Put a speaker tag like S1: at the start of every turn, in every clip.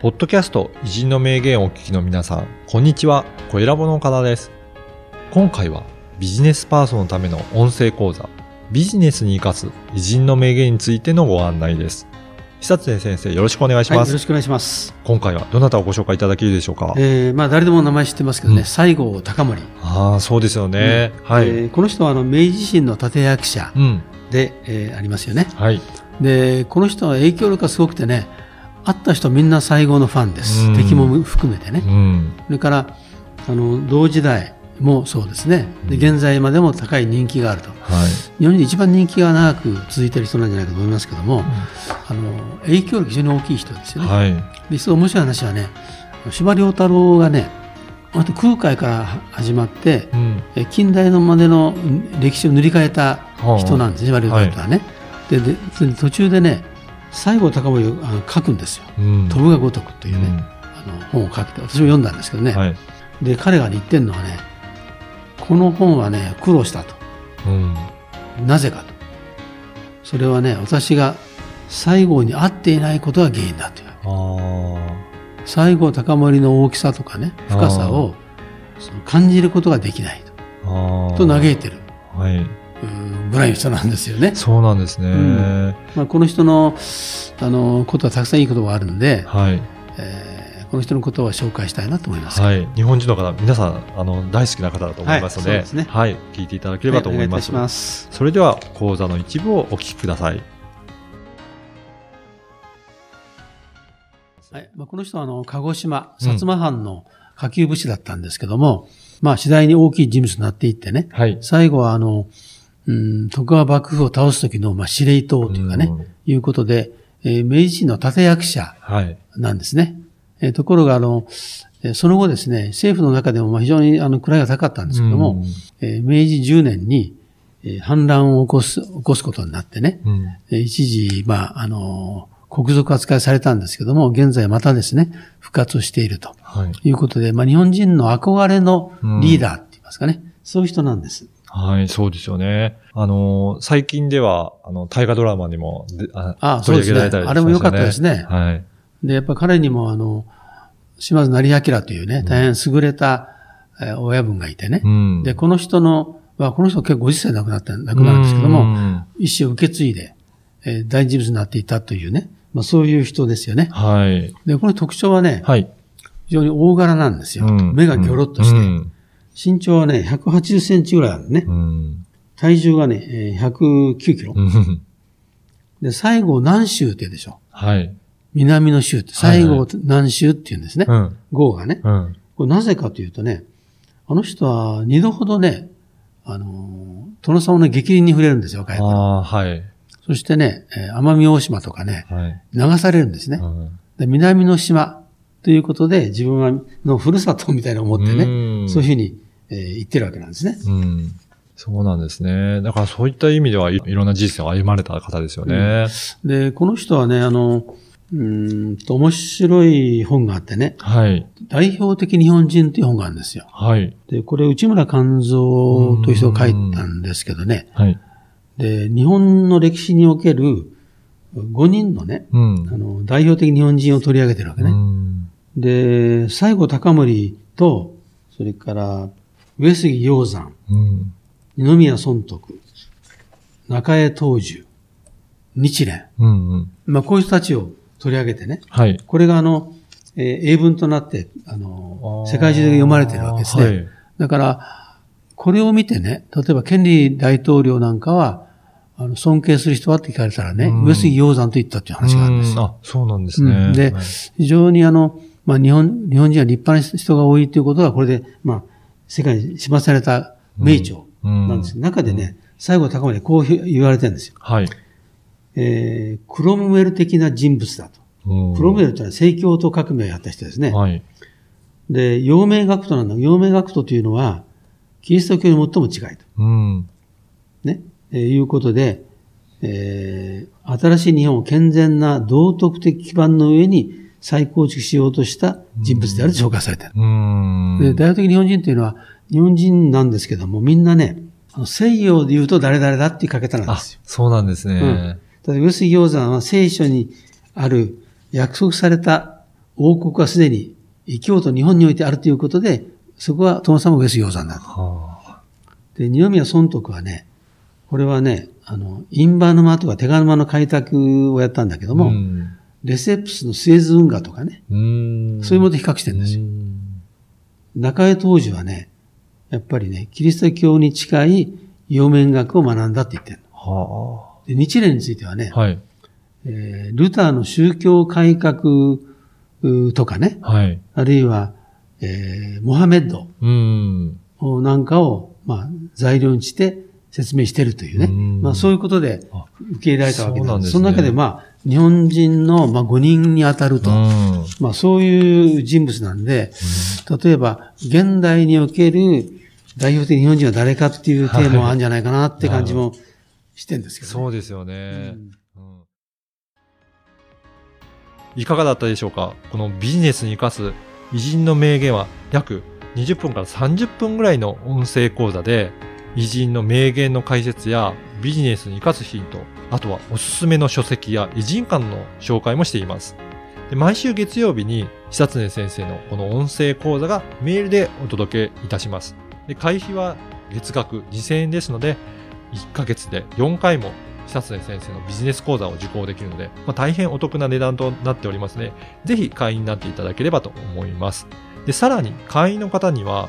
S1: ポッドキャスト偉人の名言をお聞きの皆さん、こんにちは。小ラボの岡田です。今回はビジネスパーソンのための音声講座、ビジネスに活かす偉人の名言についてのご案内です。久常先生、よろしくお願いし
S2: はい、
S1: ま
S2: よ
S1: す。
S2: ろしくお願いします。
S1: 今回はどなたをご紹介いただけるでしょうか
S2: えーまあ、誰でも名前知ってますけどね、
S1: うん
S2: 西郷隆盛、
S1: ああ、そうですよね。はい。
S2: えーこの人はあの明治維新の立役者
S1: うん。
S2: で、えーありますよね
S1: はい。
S2: で、この人は影響力がすごくてね、会った人みんな西郷のファンです、
S1: うん
S2: 敵も含めてね
S1: う、ん。
S2: それからあの同時代もそうですねで、現在までも高い人気があると、
S1: はい。
S2: 日本で一番人気が長く続いている人なんじゃないかと思いますけども、あの影響力、非常に大きい人ですよね。
S1: はい。
S2: で、すごい面白い話はね、司馬遼太郎がね、あと空海から始まって
S1: う、ん。
S2: え近代のまでのん歴史を塗り替えた人なんですね、司馬遼太郎とはね。でで、で途中でね、西郷隆盛をあの書くんですよ。
S1: うん。
S2: 飛ぶが如くというね、
S1: うん
S2: あの本を書いて、私も読んだんですけどね、
S1: はい。
S2: で、彼がね言ってるのはね、この本はね、苦労したと。
S1: うん。
S2: なぜかと。それはね、私が西郷に会っていないことが原因だという。
S1: ああ。
S2: 西郷隆盛の大きさとかね深さをその感じることができない
S1: ああ。
S2: とと嘆いてる
S1: はい。
S2: うんぐらいの人なんですよね。
S1: そうなんですね。
S2: うんまあ、この人のあのことはたくさんいいことがあるんで、
S1: はい。
S2: えーこの人のことは紹介したいなと思います。はい、
S1: はい。日本人の方、皆さん、あの、大好きな方だと思いますので、
S2: はいそうですね
S1: はい聞いていただければと思い
S2: お願
S1: ま
S2: いいた
S1: す。
S2: します。
S1: それでは、講座の一部をお聞きください。
S2: はいまあ、この人はあの鹿児島薩摩藩の下級武士だったんですけども、まあ、次第に大きい人物になっていってね、
S1: はい。
S2: 最後はあの、うん、徳川幕府を倒す時の、まあ、司令塔というかね、
S1: うん
S2: いうことで、えー明治維新の立役者
S1: はい。
S2: なんですね。えーところが、あの、えーその後ですね、政府の中でもまあ非常にあの位が高かったんですけども、えー明治10年に、えー反乱を起こす、起こすことになってね、
S1: うん。
S2: えー一時、まあ、あのー、国賊扱いされたんですけども、現在またですね、復活をしていると
S1: はい。
S2: いうことで、まあ、日本人の憧れのリーダーって言いますかね、そういう人なんです。
S1: はい、そうですよね。あの、最近では、あの、大河ドラマにもで、あ
S2: あそうですねあれも良かったですね
S1: はい。
S2: で、やっぱ彼にもあの、島津成明というね、大変優れた、えー親分がいてね、
S1: うん。
S2: で、この人の、まあ、この人結構50歳亡くなった、亡くなるんですけど
S1: う
S2: も、
S1: ん
S2: 一生受け継いで、えー大人物になっていたというね、まあ、そういう人ですよね。
S1: はい。
S2: で、この特徴はね、
S1: はい。
S2: 非常に大柄なんですよ。
S1: うん
S2: 目がギョロッとして、
S1: うん
S2: 身長はね、180センチぐらいあるね
S1: う。ん。
S2: 体重がね、えー109キロ
S1: う。ん
S2: で、西郷南州って言うでしょ。
S1: はい。
S2: 南の州って、
S1: はい
S2: 西郷南州って言うんですね
S1: う。ん。
S2: 郷がね。
S1: うん。
S2: これなぜかというとね、あの人は二度ほどね、あのー、殿様の激鱗に触れるんですよ、若い
S1: あ
S2: 頃
S1: あ、はい。
S2: そしてね、えー奄美大島とかね、
S1: はい。
S2: 流されるんですね
S1: う。ん
S2: で南の島ということで、自分はのふるさとみたいな思ってね、
S1: ん
S2: そういうふうに、えー言ってるわけなんですね。
S1: うん。そうなんですね。だからそういった意味ではいいろんな人生を歩まれた方ですよね。
S2: で、この人はね、あの、うーんと、面白い本があってね、
S1: はい。
S2: 代表的日本人という本があるんですよ。
S1: はい。
S2: で、これ内村勘三という人が書いたんですけどね、
S1: はい。
S2: で、日本の歴史における5人のね、
S1: うん。
S2: あの、代表的日本人を取り上げてるわけ
S1: う
S2: ね。
S1: ん
S2: で、西郷隆盛と、それから、上杉鷹山、
S1: うん。
S2: 二宮尊徳、中江東樹、日蓮。
S1: うん。うん
S2: まあ、こういう人たちを取り上げてね。
S1: はい。
S2: これが、あの、えー英文となって、あの、
S1: あー
S2: 世界中で読まれてるわけですね。
S1: はい
S2: だから、これを見てね、例えば、ケンリー大統領なんかは、あの、尊敬する人はって聞かれたらね、
S1: うん
S2: 上杉鷹山と言ったっていう話があるんで
S1: う
S2: す
S1: ん
S2: よ。
S1: あ、そうなんですね。
S2: うんで
S1: はい
S2: 非常にあの、まあ、日本、日本人は立派な人が多いということは、これで、まあ、世界に知らされた名著なんですけど、中でね、最後高までこう言われてるんですよ。
S1: はい。
S2: えー、クロムウェル的な人物だと。クロムウェルというのは政教と革命をやった人ですね。
S1: はい。
S2: で、陽明学徒なんだ。陽明学徒というのは、キリスト教に最も近いと。
S1: うん。
S2: ね。えーいうことで、えー新しい日本を健全な道徳的基盤の上に再構築しようとした人物であると紹介されてる。
S1: うん。
S2: で、代表的日本人というのは、日本人なんですけども、みんなね、あの西洋で言うと誰々だっていう書け方なん
S1: あ
S2: ですよ。、
S1: そうなんです
S2: うん
S1: ね。
S2: だって上杉鷹山は聖書にある約束された王国はすでに京都、日本においてあるということで、そこは殿様上杉鷹山だと。
S1: は
S2: で、二宮尊徳はね、これはね、あの、印旛沼とか手賀沼の開拓をやったんだけ
S1: あ。
S2: ども、
S1: ん。
S2: レセプスのスエズ運河とかね、
S1: うん。
S2: そういうものと比較し
S1: して
S2: るんですよ。中江当時はね、やっぱりね、キリスト教に近い洋面学を学んだって言ってるの。
S1: は
S2: で日蓮についてはね、
S1: あ。はい。
S2: えールターの宗教改革うーとかね、
S1: はい。
S2: あるいは、えーモハメッド
S1: うん。
S2: をなんかを、まあ、材料にして説明してるというね、
S1: うん
S2: まあ、そういうことで
S1: あ
S2: 受け入れられたわけ
S1: そう
S2: な
S1: なんんで
S2: で。
S1: すすね
S2: その中で、まあ、日本人の、まあ、5人に当たると。
S1: うん。
S2: まあそういう人物なんで、例えば現代における代表的日本人は誰かっていうテーマはあるんじゃないかなって感じもしてんですけどね、
S1: そうですよ
S2: う
S1: ね。う
S2: ん
S1: んいかがだったでしょうかこのビジネスに生かす偉人の名言は約20分から30分ぐらいの音声講座で偉人の名言の解説やビジネスに生かすヒント、あとはおすすめの書籍や偉人間の紹介もしています。で毎週月曜日に久常先生のこの音声講座がメールでお届けいたします。で会費は月額2000円ですので1ヶ月で4回も久常先生のビジネス講座を受講できるので、まあ、大変お得な値段となっておりますね。ぜひ会員になっていただければと思います。で、さらに会員の方には、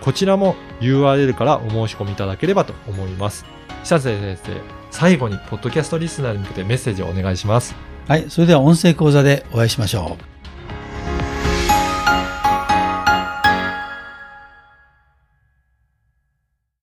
S1: こちらも URL からお申し込みいただければと思います。久瀬先生、最後にポッドキャストリスナーに向けてメッセージをお願いします。
S2: はい、それでは音声講座でお会いしましょう。